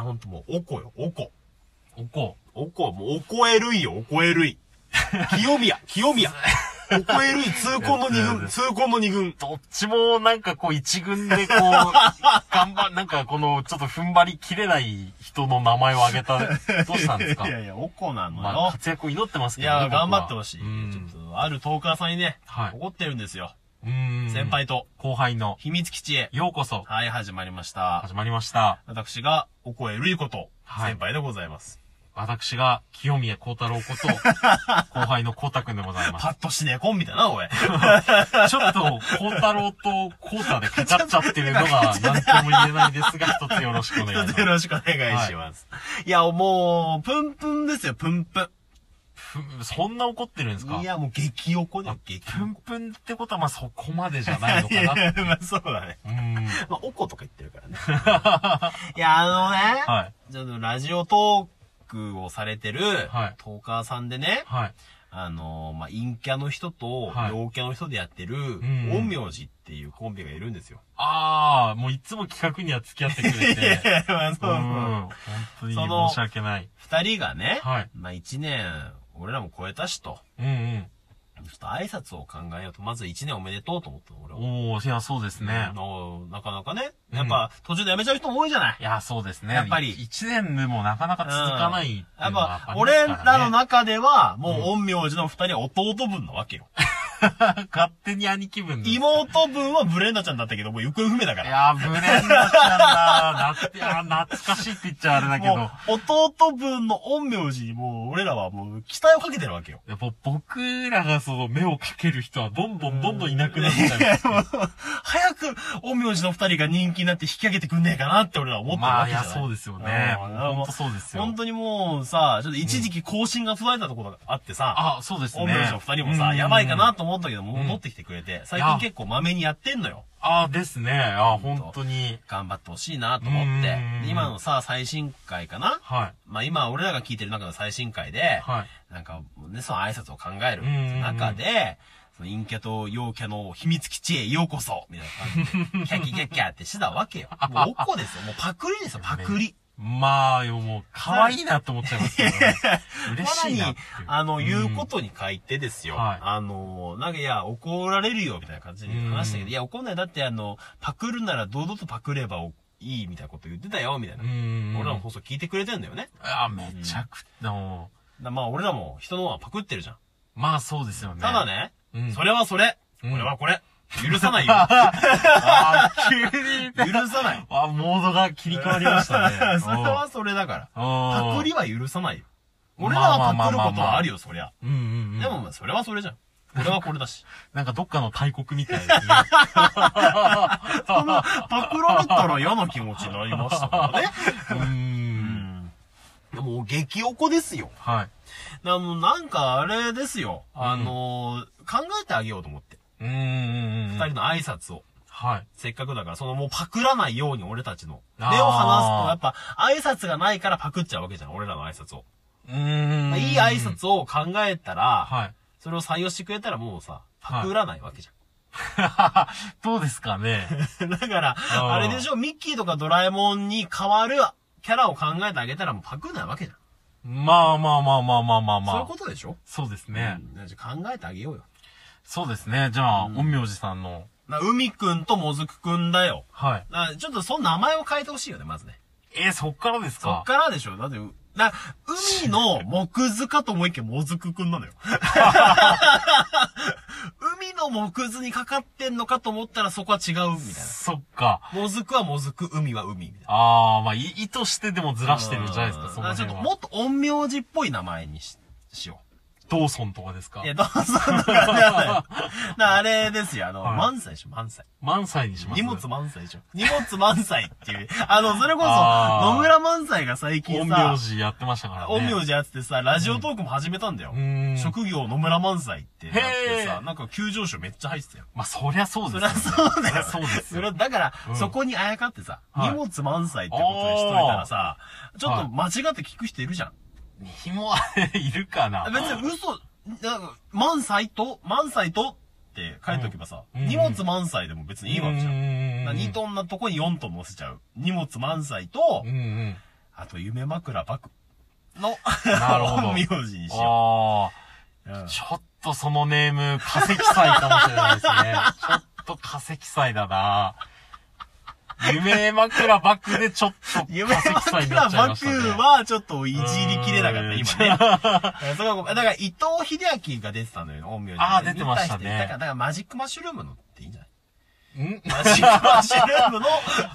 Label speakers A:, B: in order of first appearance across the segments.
A: ほんともう、おこよ、おこ。
B: おこ。
A: おこ、もう、おこえるいよ、おこえるい。清 宮、清宮。おこえるい、痛恨の二軍、痛恨の二軍。
B: どっちもなんかこう一軍でこう、 頑張、なんかこのちょっと踏ん張りきれない人の名前を挙げた、どうしたんですか
A: いやいや、おこなのよ。
B: まあ活躍を祈ってます
A: い
B: けどね
A: や、
B: 僕は
A: 頑張ってほしい。
B: うん
A: ちょっと、あるトーカーさんにね、
B: はい
A: 怒ってるんですよ。
B: うん
A: 先輩と、
B: 後輩の、
A: 秘密基地へ。
B: ようこそ、
A: はい、始まりました。
B: 始まりました。
A: 私が、おこえるいこと、
B: はい
A: 先輩でございます。
B: 私が、清宮幸太郎 こと、後輩の幸太くんでございます
A: パ。ッとしねえコンビだな、おい。
B: ちょっと、幸太郎と幸太でかかっちゃってるのが、なんとも言えないですが、一つよろしくお 願いし
A: よ
B: ま
A: ろしくお願いします。い、や、もう、プンプンですよ、プンプン。
B: す。そんな怒ってるんですか
A: いや、もう激横だよ、激
B: プンプンってことは、まあ、そこまでじゃないのか な。
A: いやまあそうだね。
B: うん。
A: まあ、おことか言ってるからね。 いや、あのね、
B: はい。
A: ちょっとラジオトークをされてる、
B: はい
A: トーカーさんでね、
B: はい。
A: あのーまあ、陰キャの人と、
B: はい
A: 陽キャの人でやってる、
B: ん
A: 陰陽師っていうコンビがいるんですよ。
B: あー、もういつも企画には付き合ってく れて。
A: や、まあ
B: うん。本当に
A: その
B: 申し訳ない。
A: 二人がね、
B: はい
A: まあ、一年、俺らも超えたしと、
B: うんうん。
A: ちょっと挨拶を考えようと、まず一年おめでとうと思ったの、俺は。
B: おー、いや、そうですね
A: あ。のなかなかね、やっぱ、途中で辞めちゃう人も多いじゃない。
B: いや、そうですね。
A: やっぱり
B: 一年でもなかなか続かないっていう
A: やっ
B: のは
A: ぱ、
B: ります
A: 俺
B: からね
A: らの中では、もう陰陽師の二人は弟分なわけよ。
B: 勝手に兄貴分です
A: 妹分はブレンダちゃんだったけど、もう行方不明だか
B: い
A: ら。
B: やー、ブレンダちゃんだ。なって、あー、懐かしいって言っちゃあれだけど
A: も。う、弟分の陰陽師にもう、俺らはもう、期待をかけてるわけよ。
B: やっぱ僕らがその目をかける人はどんどんどんどんいなくなっちゃう。
A: 早く、陰陽師の二人が人気になって引き上げてくんねえかなって俺らは思ってる
B: ま
A: わ
B: あ、
A: け
B: い
A: じゃ
B: や、
A: ない。
B: そうですよね。
A: うん
B: ほんとそうですよ
A: 本。当にもうさ、ちょっと一時期更新が途絶えたところがあってさ、
B: あ、そうですね。
A: 陰陽師の二人も
B: う
A: さ、
B: ん
A: やばいかなと思ったけど、戻ってきてくれて、最近結構まめにやってんのよ。
B: あー、ですね。あー、本当に。
A: 頑張ってほしいなと思って
B: うん、
A: で今のさ、最新回かな
B: は
A: まあ今、俺らが聞いてる中の最新回で、
B: い。はい。
A: なんか、ね、その挨拶を考える
B: うんうんうん
A: 中で、その陰キャと陽キャの秘密基地へようこそみたいな感じで、キャキ キャキャってしてたわけよ。もうおっこですよ。もうパクリですよ、パクリ。
B: まあ、よ、もう、可愛いなって思っちゃいますけど ね。嬉しい
A: さ
B: な
A: ら
B: っ
A: に
B: て。、
A: あの、言うことに書いてですよ。
B: うんはい
A: あの、なんかいや、怒られるよ、みたいな感じで話したけ
B: う
A: ど、
B: ん
A: いや、怒んない。だってあの、パクるなら堂々とパクればいい、みたいなこと言ってたよ、みたいな
B: う。ん。
A: 俺らの放送聞いてくれてんだよね。
B: あー、めちゃくちゃ、も
A: だまあ、俺らも人のはパクってるじゃん。
B: うまあ、そうですよね。
A: ただ。ね、
B: うん。
A: それはそれ。
B: うん
A: 俺はこれ。許さ ないよ。
B: あー、急に。
A: 許さない。。
B: あ、モードが切り替わりましたね
A: それはそれだから。
B: うん、
A: パ
B: パ
A: クリは許さないよ。俺ら
B: ま
A: は
B: あ
A: パ
B: まあ
A: クる
B: まあまあ
A: ことはあるよ、そりゃ。
B: うんうんうん。
A: でも、まあそれはそれじゃん。俺はこれだし。
B: なんかどっかの大国みたいですね。
A: その、パクられたら嫌な気持ちになりましたからね。
B: うー。
A: うんん。でも、激おこですよ。
B: はい。
A: あの、なんか、あれですよ。あのー、考えてあげようと思って。
B: うーんうんうん。
A: 二人の挨拶を。
B: はい。
A: せっかくだから、そのもうパクらないように俺たちの。目を
B: あー
A: 離すと、やっぱ、挨拶がないからパクっちゃうわけじゃん、俺らの挨拶を。
B: うーん。
A: いい挨。拶を考えたら、
B: はい。
A: それを採用してくれたらもうさ、パクらないわけじ
B: どうですかね。
A: ゃん。だ から、
B: あー
A: あれでしょ、ミッキーとかドラえもんに変わるキャラを考えてあげたらもうパクないわけじゃん。
B: まあまあまあまあまあまあまあ。
A: そういうことでしょ
B: そうですね。
A: うんじゃあ考えてあげようよ。
B: そうですね。じゃあ、陰陽師さんの。
A: な、海くんともずくくんだよ。
B: はい。
A: なちょっとその名前を変えてほしいよね、まずね。
B: えー、そっからです
A: そっ
B: か
A: からでしょだって、うな、海の木図かと思いきやもずくくん なのよ。海の木図にかかってんのかと思ったらそこは違う、みたい
B: そっか。
A: な。もずくはもずく、海は海、みたいな。
B: あー、まあ、い意図してでもずらしてるじゃないですか、
A: うん
B: その
A: だから
B: 辺
A: ちょっと
B: は。
A: もっと陰陽師っぽい名前にししよ
B: ドーソンとかですか
A: う。いや、どうぞ、とかではない。だからあれですよ、あの、
B: はい
A: 満載でしょ、満載。
B: 満載にします
A: 荷物満載でしょ。荷物満載っていう。あの、それこそ、
B: あー
A: 野村満載が最近
B: 陰
A: さ
B: 陽、師やってましたからね。
A: 陰陽師やっててさ、ラジオトークも始めたんだよ
B: う。ーん。
A: 職業野村満載ってやって
B: へ
A: さ、
B: ー
A: なんか急上昇めっちゃ入ってたよ。
B: まあ、そりゃそうですよ、ね。
A: そりゃそうだよ
B: りゃそうです
A: そ
B: よ。
A: れだから、
B: うん
A: そこにあやかってさ、
B: はい
A: 荷物満載ってことにしといたらさ、ちょっと間違って聞く人いるじゃん。
B: 紐は いるかな
A: 別に嘘、なんか、満載と、満載とって書いておけばさ、
B: うん
A: 荷物満載でも別にいいわけじゃん。
B: ん
A: 2。トンなとこに4トン乗せちゃう。荷物満載と
B: うんう、ん。
A: あと、夢枕バクの、
B: なるほ ど
A: 名字にしよ
B: あ
A: う。うん
B: あ、ちょっとそのネーム、化石祭かもしれないですね。ちょっと化石祭だな夢枕バクでちょっと
A: 夢
B: 化石祭にな
A: 枕
B: っちゃい
A: バ
B: まし
A: ク
B: たね。
A: は、ちょっといじりきれなかった、
B: うん
A: 今ね。 そこはごめんだから、伊藤秀明が出てたのよ、音名字
B: あー出てましたね
A: に対してだから、だからマジックマッシュルームのっていいんじゃない
B: ん
A: マジックマッシュルームの、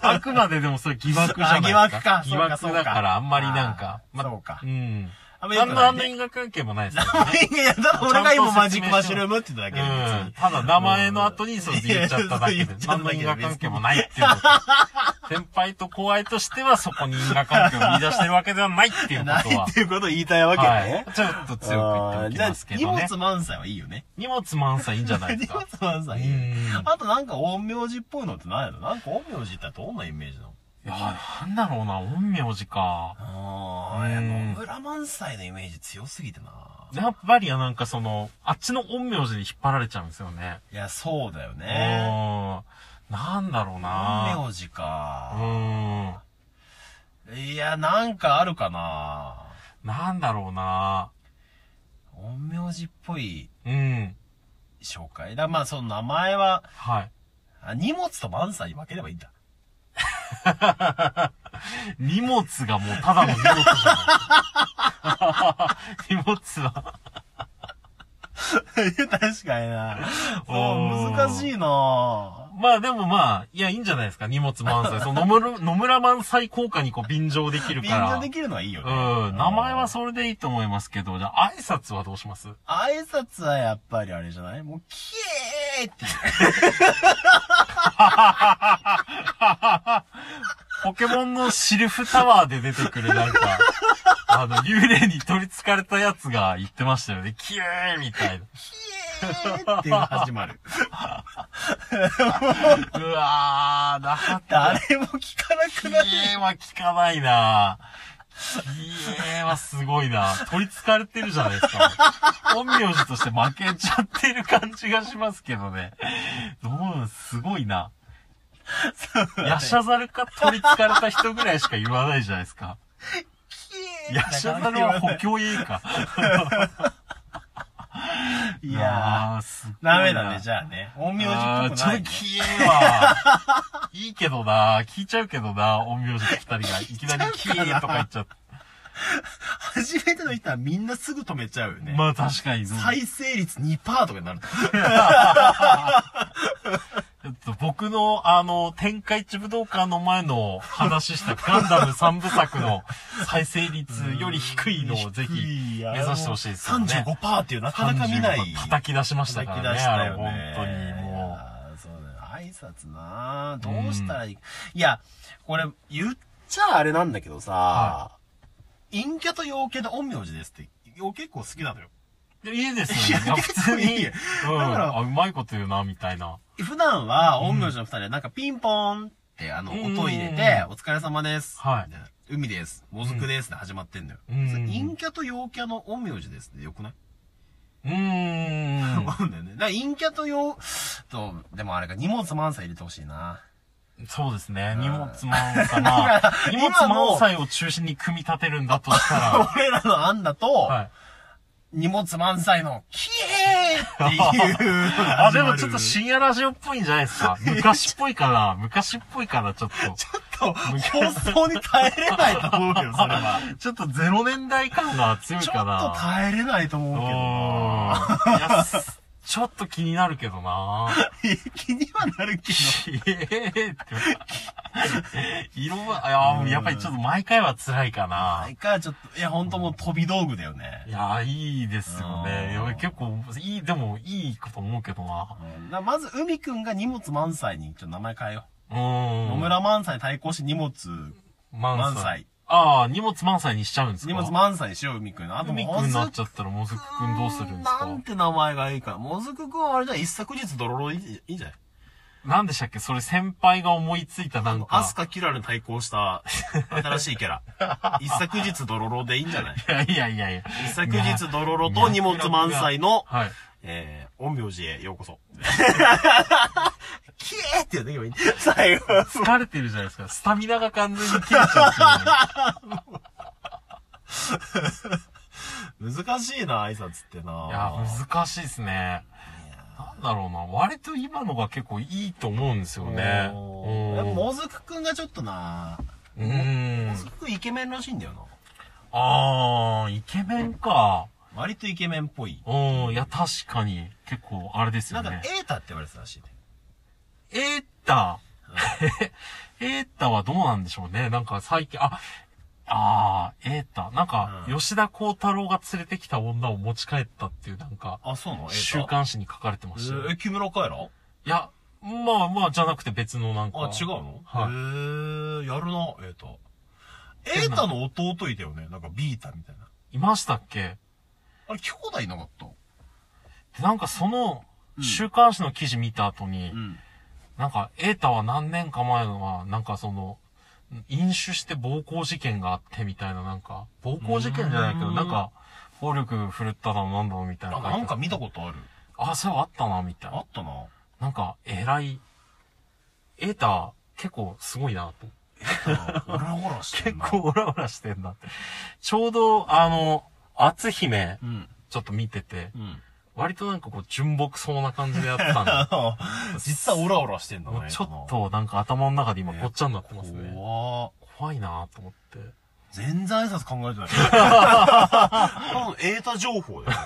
B: あくまででもそれ疑惑じゃない
A: あ
B: です
A: 疑惑か
B: 疑
A: そうかそうか
B: 惑だからあんまりなんか。
A: あーそうか
B: うん。
A: あんまよ
B: 何
A: く
B: の
A: ない
B: 安全が関係もないですよね。
A: いや、ただ俺が今マジックマッシュルームって言っただけで別
B: う
A: に
B: ん。。ただ名前の後にそう言っちゃっただけ
A: いや
B: で
A: そう言っ、ちゃった
B: 何
A: だ
B: の
A: けで
B: 因果関係もないっていうこと。先輩と後輩としてはそこに因果関係を見出してるわけではないっていうこ
A: ない
B: とは
A: っ。ていうことを言いたいわけ
B: は
A: ね
B: い。。ちょっと強く言っておきます
A: あーじゃあ
B: けどね
A: 荷。物満載はいいよね。
B: 荷物満載いいんじゃないで
A: 荷
B: すか
A: 物。満載いいよね
B: うん
A: あとなんか陰陽師っぽいのってないのなんか陰陽師ってどんなイメージなの
B: いや、なんだろうな、陰陽師か。
A: あ
B: ー
A: ー、
B: うん
A: 野村満載のイメージ強すぎてな
B: やっぱりなんかその、あっちの陰陽師に引っ張られちゃうんですよね。
A: いや、そうだよ
B: う
A: ね。
B: ん。なんだろう
A: 陰
B: な。
A: 陽師
B: う
A: か。
B: ん。
A: いや、なんかあるかな
B: なんだろうな。
A: 陰陽師っぽい
B: うん。
A: 紹介。だ、まあその名前は、
B: はい。
A: あ荷物と満載に分ければいいんだ。
B: 荷物がもうただの荷物じゃない。荷 物は。
A: 確かに な。そう
B: おー
A: 難しいな
B: まあでもまあ、いや、いいんじゃないですか。荷物満載。その野村、野村満載効果にこう便乗できる
A: 便
B: から。
A: 乗できるのはいいよね。
B: うん。名前は
A: う。
B: それでいいと思いますけど、じゃあ挨拶はどうします
A: 挨拶はやっぱりあれじゃないもう、キエーって
B: ポケモンのシルフタワーで出てくるなんか、 あの、幽霊に取り憑かれたやつが言ってましたよね。キエーみたいな。
A: 言う、キエーっていうのが始まる。
B: うわー、なかった。
A: 誰も聞かなく
B: キ
A: なる。
B: エは聞かないなキエはすごいな取り憑かれてるじゃないですか。本名字として負けちゃってる感じがしますけどね。どうすごいな。ヤシャザルか取り憑かれた人ぐらいしか言わないじゃないですか。
A: キエ
B: ヤ
A: ー
B: シャザルは補強いいか。
A: いや
B: ー、すごい
A: ー、ダメだね、じゃあね。陰
B: あ
A: 陽
B: ー
A: 師っぽく
B: ちょっ
A: な
B: と
A: いね。
B: キエは、いいけどな聞いちゃうけどな陰陽師の二人がいきなりキエとか言っちゃ って。
A: 初めての人はみんなすぐ止めちゃうよね。
B: まあ確かに。
A: 再生率2%とかになる。
B: ちょっと僕の、あの、天下一武道館の前の話したガンダム3部作の再生率より低いのをぜひ目指してほしいですよね。
A: 35%っていうなかなか見ない。
B: 35叩き出しましたからね。
A: 叩き出したよね。
B: あれ本当にも
A: う。そうだよ。挨拶なあどうしたらいい、いや、これ、言っちゃあれなんだけどさ、
B: は
A: 陰キャと陽キャで陰陽師ですって、陽結構好きなのよ。
B: う。でいいですよ
A: い
B: ね。い
A: や
B: や普通に。
A: いいよ
B: うん。
A: だから
B: あ、うまいこと言うな、みたいな。
A: 普段は、陰陽師の二人はなんかピンポーンって、あの、
B: うん
A: 音入れて、お疲れ様です。
B: はい
A: みたな海です。もずくです。って始まってんのよ。
B: うん
A: それ陰キャと陽キャの陰陽師ですってよくないう
B: ーん。
A: 思うんだよね。だから陰キャと陽、と、でもあれか、荷物満載入れてほしいな。
B: そうですね。荷物満載。まあ、荷物
A: 今の
B: 満載を中心に組み立てるんだとしたら。
A: 俺らの案だと、
B: はい。
A: 荷物満載の、キエーっていうのが 始まる。
B: あ、でもちょっと深夜ラジオっぽいんじゃないです か。昔っぽいかな。昔っぽいかな、ちょっと。
A: ちょっと、放送に耐えれないと思うけど、それは。
B: ちょっとゼロ年代感が強 い
A: ちょっ
B: か
A: と
B: な。
A: 耐えれないと思う
B: う
A: けどな。
B: ーんいやすちょっと気になるけどな。
A: いや気にはなるけど。
B: えー って。色は、いや、やっぱりちょっと毎回は辛いかな
A: あ。いか、ちょっと、いや、ほんともう飛び道具だよね
B: い。や、いいですよね。い
A: うん
B: や結構、いい、でもいいこと思うけどな。
A: うんだからまず、海くんが荷物満載に、ちょっと名前変えよう。
B: う
A: 野
B: ん。
A: 村満載に対抗して荷物満
B: 満載。
A: 載。
B: ああ、荷物満載にしちゃうんですか
A: 荷物満載にしよう、海くん。あと、
B: 海
A: も
B: くんに
A: ず
B: なっちゃったら、もずくくんどうするんですか
A: なんて名前がいいか。もずくくんはあれじゃん、一昨日ドロロいいいいじゃん。
B: なんでしたっけそれ先輩が思いついたなん
A: ア
B: か
A: ス。カキラルに対抗した新しいキャ ラ。一昨日ドロロでいいんじゃない
B: いやいやいやいや。
A: 一昨日ドロロと荷物満載の、
B: はい。
A: えー、音苗寺へようこそ。キエーって言ってけばいい。最後。
B: 疲れてるじゃないですか。スタミナが完全に切れちゃってる。
A: 難しいな、挨拶ってな。
B: いや、難しいですね。なんだろうな。割と今のが結構いいと思うんですよね。
A: おーやっぱもずくくんがちょっとな、
B: うん。うん
A: もずくくんイケメンらしいんだよな。
B: あー、イケメンか。
A: 割とイケメンっぽい。
B: うん。いや、確かに。結構、あれです
A: な
B: よ
A: んか、
B: ね。
A: エータって言われてたらしいね。
B: エータ。 エータはどうなんでしょうね。なんか最近、あ、あー、エータ。なんか、
A: うん
B: 吉田幸太郎が連れてきた女を持ち帰ったっていう、なんか、
A: あ、そうなのエータ。
B: 週刊誌に書かれてましたよ、
A: えー、木村カエラ
B: いや、まあまあ、じゃなくて別のなんか。
A: あ、違うの
B: はい
A: へー、やるな、エータ。エータの弟いたよね。なんかビータみたいな。
B: いましたっけ
A: あれ、兄弟いなかった
B: で、なんかその
A: う、ん
B: 週刊誌の記事見た後に、
A: ん。
B: なんか、エータは何年か前は、なんかその、飲酒して暴行事件があってみたいな、なんか、暴行事件じゃないけど、
A: うーん
B: なんか、暴力振るったのなんだろうみたいな
A: あ、
B: 書いてあっ
A: な
B: て。
A: んか見たことある。
B: あ、そういえばあったな、みたい
A: あ
B: な
A: っ。た な。
B: なんか、偉い。エータ、結構すごいな、と。
A: オラオラして
B: 結
A: んな。
B: 構オラオラしてんなって。ちょうど、あの、篤姫、
A: うん。
B: ちょっと見てて、
A: うん。、
B: 割となんかこう、純朴そうな感じでやったんで
A: 実はオラオラしてんだ
B: もう
A: ね。
B: ちょっとなんか頭の中で今
A: ね
B: ごっちゃになって
A: こ
B: ま
A: の。
B: すね。
A: 怖っ
B: 怖いなぁと思って。
A: 全然挨拶考えてない。 多分、エータ情報だよ。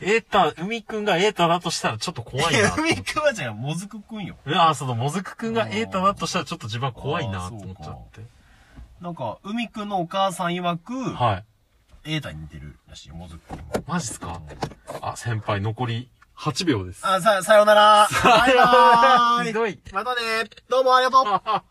B: エータ、海くんがエータだとしたらちょっと 怖い
A: い
B: な
A: や
B: ぁと思
A: 海
B: って。
A: くんはじゃん、もずくくんよ。
B: うわぁ、その、もずくくんがエータだとしたらちょっと自分は怖いなぁと思っちゃって。
A: なんか、海くんのお母さん曰く、
B: はい。
A: エータに似てるらしいよ、もずくくんは。
B: マジっすかあ、先輩残り8秒です。
A: あ、さ、さようなら。バイバ
B: ひ
A: ーイ。
B: どい。
A: またね。どうもありがとう。
B: ああ